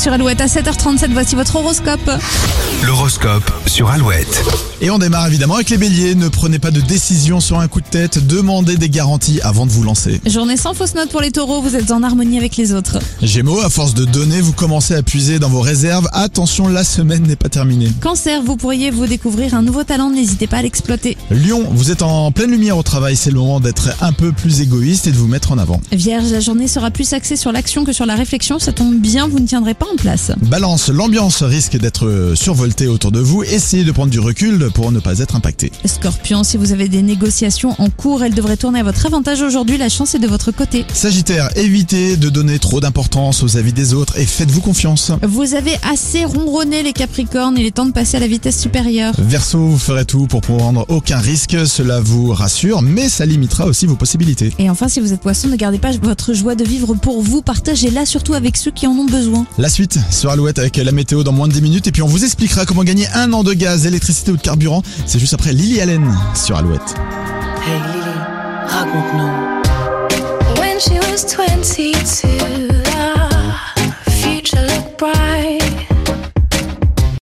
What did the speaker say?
sur Alouette à 7h37. Voici votre horoscope. L'horoscope sur Alouette. Et on démarre évidemment avec les béliers. Ne prenez pas de décision sur un coup de tête. Demandez des garanties avant de vous lancer. Journée sans fausse note pour les taureaux, vous êtes en harmonie avec les autres. Gémeaux, à force de donner, vous commencez à puiser dans vos réserves. Attention, la semaine n'est pas terminée. Cancer, vous pourriez vous découvrir un nouveau talent, n'hésitez pas à l'exploiter. Lyon, vous êtes en pleine lumière au travail. C'est le moment d'être un peu plus égoïste et de vous mettre en avant. Vierge, la journée sera plus axée sur l'action que sur la réflexion, ça tombe bien, vous ne tiendrez pas en place. Balance, l'ambiance risque d'être survoltée autour de vous. Essayez de prendre du recul pour ne pas être impacté. Scorpion, si vous avez des négociations en cours, elles devraient tourner à votre avantage aujourd'hui, la chance est de votre côté. Sagittaire, évitez de donner trop d'importance aux avis des autres et faites-vous confiance. Vous avez assez ronronné les capricornes, il est temps de passer à la vitesse supérieure. Verseau, vous ferez tout pour prendre aucun risque, cela vous rassure, mais ça limitera aussi vos possibilités. Et enfin, si vous êtes poisson, ne gardez pas votre joie de vivre pour vous, partagez-la surtout avec ceux qui en ont besoin. La suite sur Alouette avec la météo dans moins de 10 minutes et puis on vous expliquera comment gagner un an de gaz, électricité ou de carburant. C'est juste après Lily Allen sur Alouette. Hey Lily, raconte-nous. when she was 22.